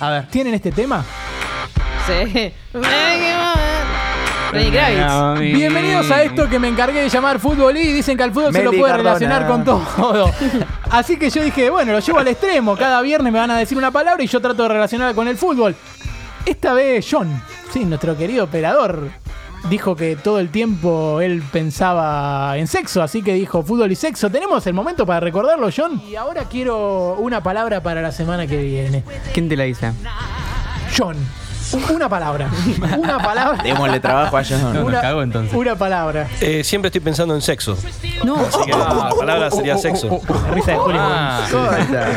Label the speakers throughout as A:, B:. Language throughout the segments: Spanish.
A: A ver.
B: ¿Tienen este tema?
C: Sí. Lenny Kravitz.
B: Bienvenidos a esto que me encargué de llamar fútbol y dicen que al fútbol se lo
A: Meli
B: puede
A: Cardona.
B: relacionar con todo. Así que yo dije, bueno, lo llevo al extremo. Cada viernes me van a decir una palabra y yo trato de relacionarla con el fútbol. Esta vez John, sí, nuestro querido operador, dijo que todo el tiempo él pensaba en sexo, así que dijo fútbol y sexo. ¿Tenemos el momento para recordarlo, John? Y ahora quiero una palabra para la semana que viene.
A: ¿Quién te la dice?
B: John, una palabra. Una palabra.
A: Démosle trabajo a
D: No,
A: John.
D: nos cagó entonces.
B: Una palabra.
E: Eh, siempre estoy pensando en sexo.
C: No.
E: Así que la palabra sería sexo.
B: La risa de Juli.
D: Ah,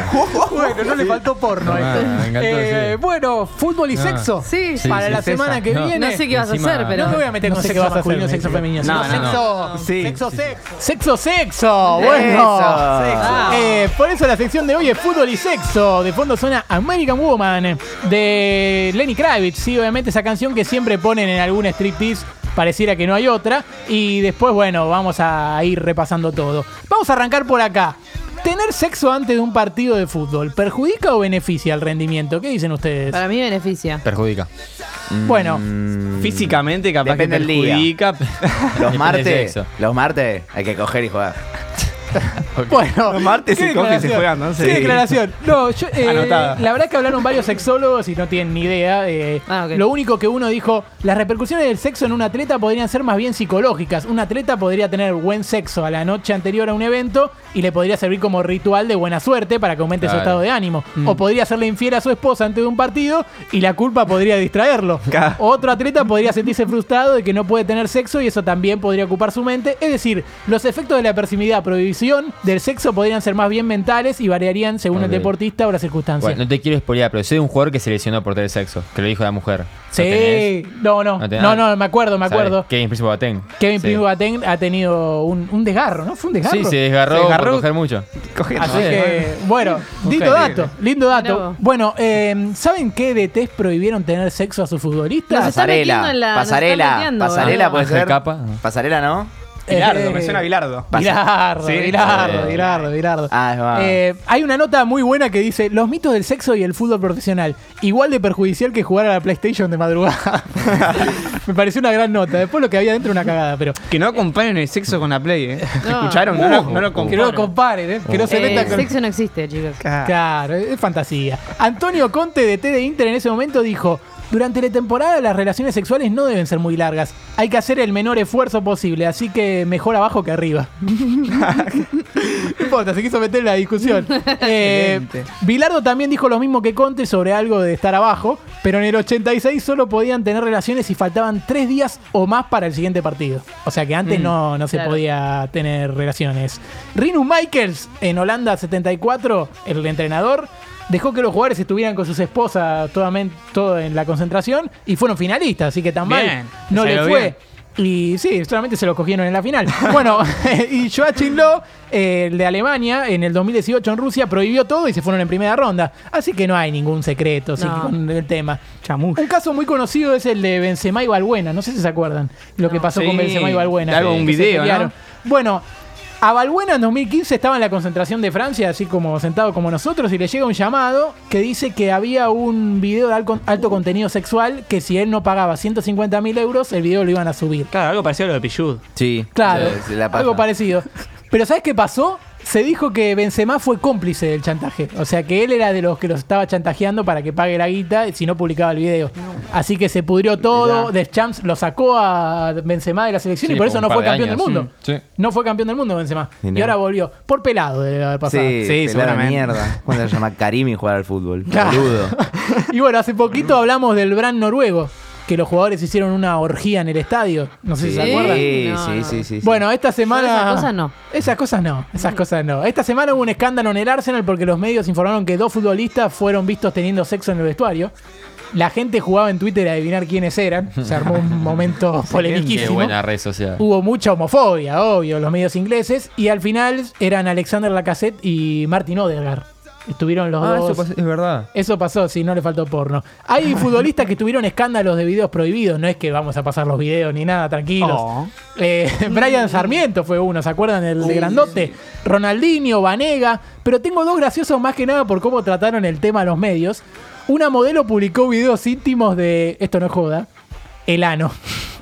B: Bueno, no le faltó porno a
D: Ah,
B: esto.
D: me encantó,
B: Eh,
D: sí.
B: Bueno, fútbol y
D: Ah.
B: sexo.
C: Sí.
D: Sí,
B: Para
D: sí,
B: la
D: es
B: semana
D: esa.
B: que
D: No.
B: viene.
C: No sé qué vas a
D: Encima-
C: hacer, pero.
B: No me voy a meter
D: No
B: con
D: sé
B: sexo
D: qué vas a
B: masculino,
D: hacer,
B: sexo
D: me
B: femenino.
D: dice.
B: sino
D: No, no,
B: sexo,
D: no.
A: Sí,
B: sexo,
A: sí,
B: sexo. Sexo, sexo. Bueno.
C: Ah.
A: Eso.
B: Eh, por eso la sección de hoy es fútbol y sexo. De fondo suena American Woman de Lenny Kravitz. Sí, obviamente esa canción que siempre ponen en algún striptease. Pareciera que no hay otra. Y después, bueno, vamos a ir repasando todo. Vamos a arrancar por acá. ¿Tener sexo antes de un partido de fútbol perjudica o beneficia el rendimiento? ¿Qué dicen ustedes?
C: Para mí beneficia.
D: Perjudica.
B: Bueno,
D: Mm, Físicamente capaz
A: Depende
D: que
A: del día.
D: perjudica.
A: Los
D: Depende del
A: martes,
D: sexo.
A: los martes hay que coger y jugar.
B: Bueno,
D: Los martes
B: qué
D: se coge y se
B: declaración,
D: juegan, ¿no? Sí.
B: Qué declaración. No, yo, eh, la
D: Anotada.
B: verdad es que hablaron varios sexólogos y no tienen ni idea. eh,
C: Ah, ok.
B: Lo único que uno dijo, las repercusiones del sexo en un atleta podrían ser más bien psicológicas. Un atleta podría tener buen sexo a la noche anterior a un evento y le podría servir como ritual de buena suerte para que aumente su
D: Claro.
B: estado de ánimo.
F: Mm.
B: O podría hacerle infiel a su esposa antes de un partido y la culpa podría distraerlo.
D: Claro.
B: Otro atleta podría sentirse frustrado de que no puede tener sexo y eso también podría ocupar su mente. Es decir, los efectos de la percibida prohibición del sexo podrían ser más bien mentales y variarían según el
F: Ok.
B: deportista o la circunstancia.
F: Bueno, no te quiero espolear, pero soy un jugador que se lesionó por tener sexo, que lo dijo la mujer. ¿Lo tenés?
B: sí, no, no,
F: No tenés-
B: no, no, me acuerdo, me
F: ¿Sabes?
B: acuerdo.
F: Kevin Príncipe Boateng.
B: Kevin
F: Sí.
B: Pringle Boateng ha tenido un, un desgarro, ¿no? Fue un desgarro.
F: Sí, se desgarró,
D: Se desgarró.
F: por coger mucho.
B: Así que, bueno, lindo
D: Mujer libre.
B: dato, lindo
C: Mirá
B: dato.
C: vos.
B: Bueno, eh, ¿saben qué DTs prohibieron tener sexo a sus futbolistas?
C: Nos está metiendo
A: Pasarela,
C: en la- nos está
A: pasarela,
C: metiendo,
A: pasarela
C: boludo.
A: puede
F: Ángel
A: ser.
F: Capa.
A: Pasarela, ¿no?
D: Bilardo,
B: Eh,
D: me suena a Bilardo.
B: Bilardo,
D: Sí.
B: Bilardo,
F: Eh.
B: Bilardo, Bilardo.
A: Ah, es verdad.
B: Eh, hay una nota muy buena que dice los mitos del sexo y el fútbol profesional, igual de perjudicial que jugar a la PlayStation de madrugada. Me pareció una gran nota. Después lo que había dentro era una cagada, pero
D: Que no acompañen el sexo con la play, ¿eh?
C: No.
D: ¿Escucharon? No, lo-
B: que no
D: no lo
B: lo
D: comparen.
B: comparen, eh, que no se
C: Eh,
B: metan con
C: sexo no existe, chicos.
D: Ca-
B: Claro, es fantasía. Antonio Conte de T de Inter en ese momento dijo, durante la temporada las relaciones sexuales no deben ser muy largas, hay que hacer el menor esfuerzo posible, así que mejor abajo que arriba. No importa, se quiso meter en la discusión. Eh,
D: Excelente.
B: Bilardo también dijo lo mismo que Conte sobre algo de estar abajo, pero en el 86 solo podían tener relaciones si faltaban tres días o más para el siguiente partido. O sea que antes no, no se
C: claro.
B: podía tener relaciones. Rinus Michaels en Holanda 74, el entrenador. Dejó que los jugadores estuvieran con sus esposas toda men- todo en la concentración y fueron finalistas, así que tan mal
D: Bien,
B: no
D: te
B: le
D: salió
B: fue.
D: bien.
B: Y sí, solamente se lo cogieron en la final. Bueno, y Joachim Löw, eh, el de Alemania, en el 2018 en Rusia, prohibió todo y se fueron en primera ronda. Así que no hay ningún secreto así que
C: No.
B: con el tema.
D: Chamuyo.
B: Un caso muy conocido es el de Benzema y Valbuena. No sé si se acuerdan lo que
C: No.
B: pasó con
D: Sí,
B: Benzema y Valbuena.
D: algo,
B: que
D: un
B: se
D: video,
B: pelearon.
D: ¿no?
B: Bueno, a Valbuena en 2015 estaba en la concentración de Francia, así como sentado como nosotros, y le llega un llamado que dice que había un video de alco- alto contenido sexual que si él no pagaba 150 mil euros, el video lo iban a subir.
D: Claro, algo parecido a lo de Pillud.
A: Sí.
B: Claro,
A: Se la pasa.
B: algo parecido. Pero ¿sabes qué pasó? Se dijo que Benzema fue cómplice del chantaje. O sea, que él era de los que los estaba chantajeando para que pague la guita si no publicaba el video. Así que se pudrió todo. The Champs lo sacó a Benzema de la selección
F: Sí,
B: y por
F: por
B: eso
F: un
B: no
F: par
B: fue
F: de
B: campeón
F: años.
B: del mundo.
F: Mm, sí.
B: No fue campeón del mundo Benzema. Y
A: Mirá.
B: ahora volvió. Por pelado debe haber pasado.
A: Sí,
D: Sí,
A: sí
D: seguramente.
A: mierda. ¿Cuándo se llama Karimi jugar al fútbol?
B: Claro.
A: Boludo.
B: Y bueno, hace poquito hablamos del Bran noruego. Que los jugadores hicieron una orgía en el estadio. No sé si se
C: Sí.
B: acuerdan.
A: Sí,
C: No,
A: sí,
C: no.
A: sí, sí, sí.
B: Bueno, esta semana.
C: esas cosas no.
B: Esas cosas no, esas cosas no. Esta semana hubo un escándalo en el Arsenal porque los medios informaron que dos futbolistas fueron vistos teniendo sexo en el vestuario. La gente jugaba en Twitter a adivinar quiénes eran. Se armó un momento
F: Qué
B: polemiquísimo.
F: buena red social.
B: Hubo mucha homofobia, obvio, los medios ingleses. Y al final eran Alexander Lacassette y Martin Odegaard. Estuvieron los
F: Ah,
B: dos.
F: eso pas- es verdad.
B: Eso pasó, sí, no le faltó porno. Hay futbolistas que tuvieron escándalos de videos prohibidos, no es que vamos a pasar los videos ni nada, tranquilos.
D: Oh.
B: Eh,
D: Mm.
B: Brian Sarmiento fue uno, ¿se acuerdan? El de Grandote. Ronaldinho, Vanega. Pero tengo dos graciosos más que nada por cómo trataron el tema a los medios. Una modelo publicó videos íntimos de. Esto no es joda. El ano.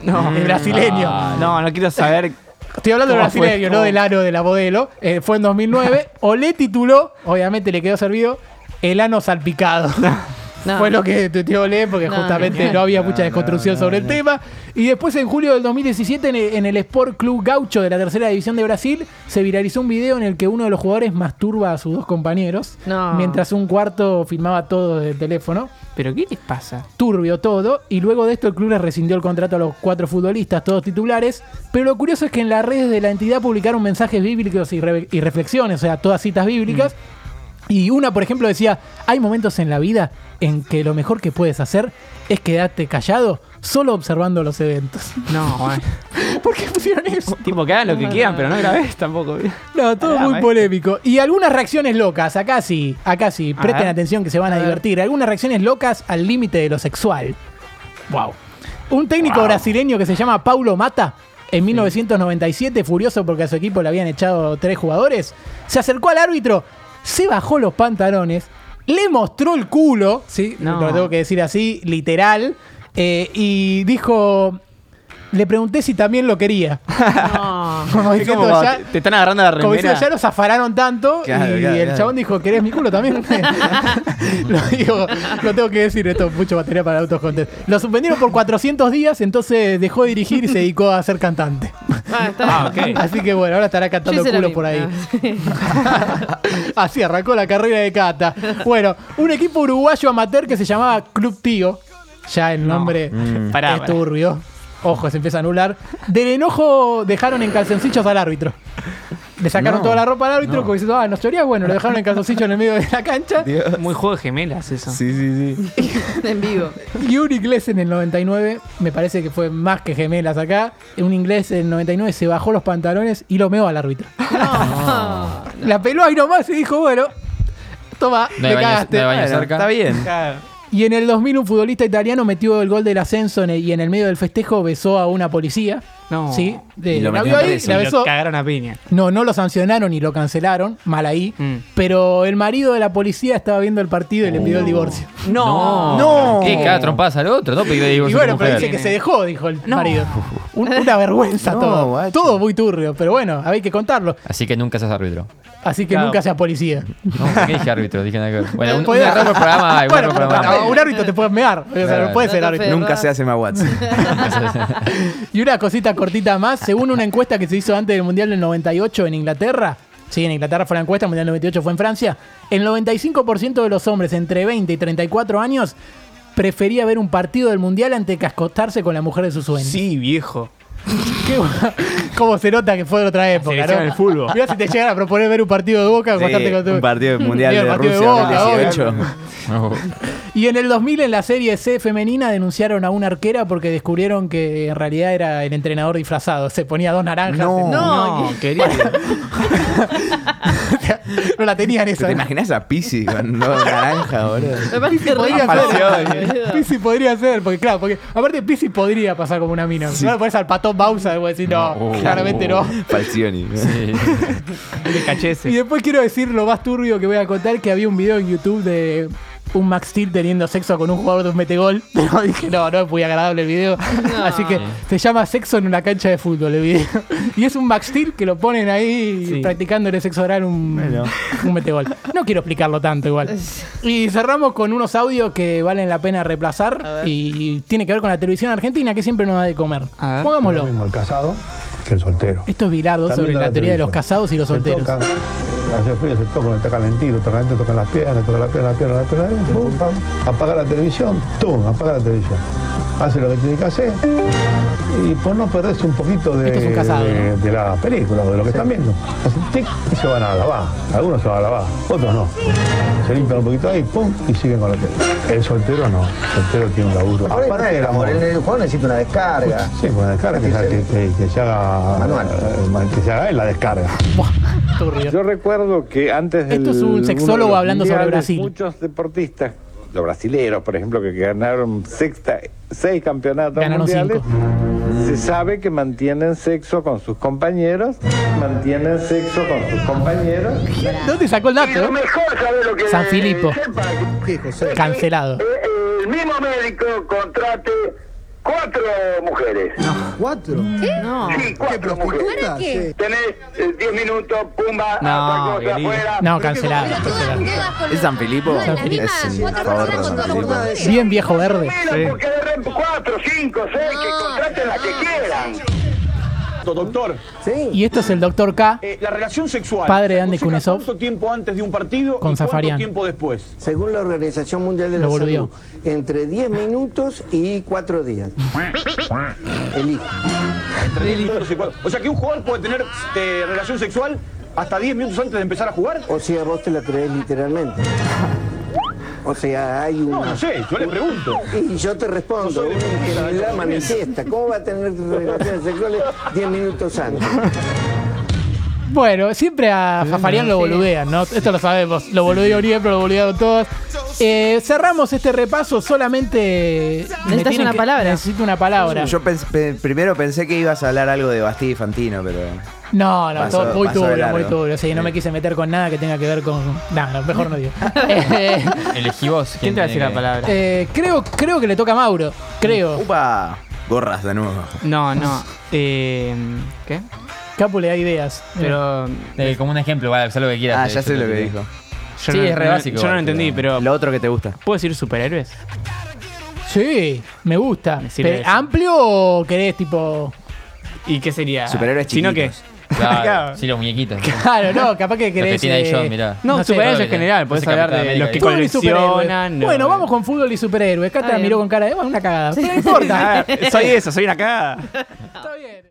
B: No. El brasileño.
D: Ah, No, no quiero saber.
B: Estoy hablando del
D: ¿Cómo fue?
B: brasileño, no
D: ¿Cómo?
B: del ano de la modelo. Eh, fue en 2009. Olé tituló, obviamente le quedó servido, El ano salpicado.
C: No.
B: Fue lo que tuiteó Olé, porque
C: No,
B: justamente
C: genial.
B: no había mucha desconstrucción sobre el tema. Y después, en julio del 2017, en el, en el Sport Club Gaucho de la Tercera División de Brasil, se viralizó un video en el que uno de los jugadores masturba a sus dos compañeros,
C: No.
B: mientras un cuarto filmaba todo desde el teléfono
D: ¿Pero qué les pasa?
B: turbio todo, y luego de esto el club les rescindió el contrato a los cuatro futbolistas, todos titulares, pero lo curioso es que en las redes de la entidad publicaron mensajes bíblicos y, re- y reflexiones, o sea, todas citas bíblicas, y una, por ejemplo, decía, hay momentos en la vida en que lo mejor que puedes hacer es quedarte callado solo observando los eventos.
D: No, eh.
B: ¿Por qué pusieron eso?
D: Tipo, que hagan lo que quieran, pero no grabes tampoco.
B: No, todo
D: Ah,
B: muy
D: maestro.
B: polémico. Y algunas reacciones locas, acá sí, acá sí,
D: A
B: presten
D: ver.
B: atención que se van a, divertir. Algunas reacciones locas al límite de lo sexual. Wow. Un técnico brasileño que se llama Paulo Mata, en 1997, furioso porque a su equipo le habían echado tres jugadores, se acercó al árbitro, se bajó los pantalones, le mostró el culo, sí,
D: No.
B: lo tengo que decir así, literal, eh, y dijo, le pregunté si también lo quería.
C: No. Ah,
B: Como
D: Es como
B: diciendo,
D: cuando
B: ya-
D: te, te están agarrando la
B: como diciendo,
D: remera.
B: ya los afanaron tanto
A: Claro,
B: y
A: claro,
B: el
A: claro.
B: chabón dijo, ¿querés mi culo también? lo digo, lo tengo que decir, esto es mucho material para autos contest. Lo suspendieron por 400 días, entonces dejó de dirigir y se dedicó a ser cantante.
C: Ah, está
D: Ah, ok.
B: Así que bueno, ahora estará
C: Yo
B: cantando
C: hice
B: culo
C: lo mismo.
B: por ahí.
C: Ah,
B: Así arrancó la carrera de Cata. Bueno, un equipo uruguayo amateur que se llamaba Club Tío. Ya el nombre
D: Pará,
B: es
D: pará.
B: turbio. Ojo, se empieza a anular. Del enojo dejaron en calzoncillos al árbitro. Le sacaron
A: No,
B: toda la ropa al árbitro como diciendo, ah, no chorías, bueno, lo dejaron en calzoncillos en el medio de la cancha.
D: Muy juego de gemelas eso.
F: Sí, sí, sí.
C: sí. en vivo.
B: Y un inglés en el 99, me parece que fue más que gemelas acá, un inglés en el 99 se bajó los pantalones y lo meó al árbitro.
C: No.
B: La peló ahí nomás y dijo, bueno, toma,
F: No
B: me
F: hay baño,
B: cagaste.
F: no hay baño
A: Bueno,
F: cerca.
A: está bien.
B: Y en el 2000 un futbolista italiano metió el gol del ascenso en el- y en el medio del festejo besó a una policía.
D: No.
B: Sí, de,
A: Y lo
B: la vio
A: metieron
B: ahí,
A: preso.
B: la
D: Y
B: besó.
D: lo cagaron a piña.
B: No, no lo sancionaron y lo cancelaron, mal ahí.
D: Mm.
B: Pero el marido de la policía estaba viendo el partido y le pidió el divorcio.
D: No.
A: No.
F: ¿Qué? Cada trompadas al otro, ¿no? Pero iba a
B: Y
F: divorcio
B: bueno,
F: con
B: pero
F: mujer.
B: dice que se dejó, dijo el
D: No.
B: marido. Un- una vergüenza
A: No,
B: todo.
A: guacho.
B: Todo muy turbio, pero bueno, había que contarlo.
F: Así que nunca seas árbitro.
B: Así que
D: Claro.
B: nunca sea policía.
F: No, ¿qué dije árbitro? Dije nada que ver. Bueno, un, un
B: Podés-
F: error por programa. un
B: Bueno,
F: error por programa.
B: un árbitro te puede mear. O sea, no
F: Claro.
B: puede ser
C: No te
B: árbitro.
C: ¿verdad?
A: Nunca se hace más WhatsApp.
B: Y una cosita cortita más, según una encuesta que se hizo antes del Mundial del 98 en Inglaterra, sí, en Inglaterra fue la encuesta, el Mundial del 98 fue en Francia, el 95% de los hombres entre 20 y 34 años prefería ver un partido del Mundial antes que acostarse con la mujer de su sueño.
D: Sí, viejo.
B: Qué bu- Cómo se nota que fue de otra época,
D: selección
B: ¿no?
D: del fútbol.
B: Mirá si te llegan a proponer ver un partido de Boca, acostarte
A: Sí,
B: con tu...
A: un partido mundial
B: Mira, el
A: de
B: partido de
A: Rusia
B: Boca,
A: 2018.
F: No.
B: Y en el 2000 en la serie C femenina denunciaron a una arquera porque descubrieron que en realidad era el entrenador disfrazado. Se ponía dos naranjas.
A: No.
C: No,
D: No, querido.
B: no la tenían esa.
A: ¿Te imaginas a Pisi con dos naranjas, boludo?
C: Me parece
B: Podría
C: re
B: ser. Pisi podría ser, porque claro, porque aparte Pisi podría pasar como una mina. No le pones al patón Bausa y vos decís, no,
F: No.
B: claramente no.
A: Falcioni.
F: Sí.
D: Te caché
B: Y
D: ese.
B: después quiero decir lo más turbio que voy a contar, que había un video en YouTube de un Max Steel teniendo sexo con un jugador de un metegol. Pero dije, no, no es muy agradable el video.
C: No.
B: Así que se llama Sexo en una cancha de fútbol el video. Y es un Max Steel que lo ponen ahí
D: Sí.
B: practicándole sexo oral un, un metegol. No quiero explicarlo tanto igual. Y cerramos con unos audios que valen la pena reemplazar y tiene que ver con la televisión argentina que siempre nos da de comer.
D: A ver.
B: Pongámoslo.
G: mismo el casado que el soltero.
B: Esto es Bilardo
G: También
B: sobre
G: da
B: la
G: la
B: teoría de los
G: televisión.
B: casados y los
G: Se
B: solteros.
G: tocan, hace frío, se tocan, está calentito, tocan, te tocan las piernas, tocan las piernas, las piernas, las piernas, pum, pam, apaga la televisión, tum, apaga la televisión. Hace lo que tiene que hacer y por no perderse un poquito de,
B: Esto es un casado,
G: de, de la película o de lo que están viendo. Hacen tic y se van a lavar. Algunos se van a lavar, otros no. Se limpian un poquito ahí, pum, y siguen con la tele. El soltero no, el soltero tiene un laburo.
H: Ahora
G: Aparte
H: no
G: del
H: el amor, el, el jugador necesita una descarga.
G: Sí, con la descarga que, se- que- que se haga
H: Manual.
G: eh, que se haga él la descarga.
B: Turbio.
I: Yo recuerdo que antes del
B: Esto es un
I: uno de
B: sexólogo
I: los
B: hablando sobre
I: mundiales,
B: Brasil.
I: Muchos deportistas,
J: Eh,
I: los brasileros, por ejemplo, que ganaron sexta, seis campeonatos
B: Ganaron
I: mundiales, se sabe que mantienen sexo con sus compañeros, mantienen sexo con sus compañeros.
B: ¿Dónde sacó el dato? eh?
J: mejor, ¿sabes lo que
B: San Filipo.
J: sepa?
H: Sí, José.
B: Cancelado.
J: Eh, eh, El mismo médico contrate cuatro mujeres.
H: ¿Cuatro?
C: No.
J: Sí,
H: ¿Qué
J: cuatro mujeres.
H: prostituta? Sí.
J: Tenés eh, diez minutos, pumba,
D: No,
J: otra cosa
D: querido.
J: afuera.
B: No, cancelado. cancelado.
A: ¿Es San Filipo?
B: San Filipo.
A: Es un favor de San Filipo.
B: Bien viejo verde.
J: Mira, porque de repente cuatro, cinco, seis, que contraten la que quieran.
K: Doctor,
H: Sí.
B: Y esto es el doctor K.
K: eh, la relación sexual.
B: Padre
K: ¿se
B: de Andy
K: aconseja
B: Kuznetsov.
K: ¿Cuánto tiempo antes de un partido?
B: Con
K: y
B: Zafarian.
K: ¿Cuánto tiempo después?
H: Según la Organización Mundial de la
B: Lo boludeó.
H: Salud, entre 10 minutos y 4 días. Elige.
K: Entre 10 minutos y cuatro. O sea que un jugador puede tener este, relación sexual hasta 10 minutos antes de empezar a jugar.
H: O sea, vos te la crees literalmente. O sea, hay una...
K: No, no sé, yo le pregunto.
H: Y yo te respondo, una ingenuidad manifiesta. ¿Cómo va a tener relaciones sexuales 10 minutos antes?
B: Bueno, siempre a Fafarian lo boludean, ¿no? Esto lo sabemos. Lo boludeó Oribe, pero lo boludearon todos. Eh, cerramos este repaso solamente. me
C: Necesitas
B: tienen
C: una
B: que-
C: palabra.
B: Necesito una palabra.
A: Yo pens- pe- primero pensé que ibas a hablar algo de Bastille y Fantino, pero.
B: No, no,
A: Pasó-
B: todo muy
A: pasó de
B: turbio,
A: largo.
B: muy turbio. Sí, no
A: Sí.
B: me quise meter con nada que tenga que ver con. Nada, no, mejor no digo. Eh,
F: Elegí vos.
D: ¿Quién te va a decir
F: tiene
D: la
F: que-
D: palabra?
B: eh, creo, creo que le toca a Mauro. Creo.
A: ¡Upa! Gorras de nuevo.
D: No, no. Eh, ¿Qué?
B: Capu le da ideas.
D: Pero.
F: Eh, como un ejemplo, vale, usá lo que quieras.
A: Ah,
F: eh,
A: ya
F: yo te
A: sé lo que
F: tiré.
A: dijo.
D: Yo
F: Sí,
D: no,
F: es re
D: no-
F: básico,
D: Yo no lo
F: pero-
D: entendí, pero.
A: Lo otro que te gusta.
D: ¿Puedo decir superhéroes?
B: Sí, me gusta.
D: Me sirve
B: Pe-
D: eso.
B: ¿Amplio o querés tipo.?
D: ¿Y qué sería?
A: Superhéroes
D: ¿Sino qué?
A: chiquitos.
F: Claro, sí, los muñequitos.
B: Claro, no, capaz que
F: Los que
B: querés.
F: tiene ahí
B: eh,
F: John, mirá.
D: No,
B: No sé,
D: superhéroes en
F: creo que
D: general.
F: no.
D: Podés
F: Ese
D: hablar
F: Capitán
D: de
F: América
D: los que
F: dijo.
B: Fútbol y superhéroes.
D: coleccionan. no.
B: Bueno, vamos con fútbol y superhéroes. Cata
C: Está bien.
B: miró con cara de. "Bueno, Una cagada. Pero no importa.
D: Soy eso, soy una cagada.
B: Está bien.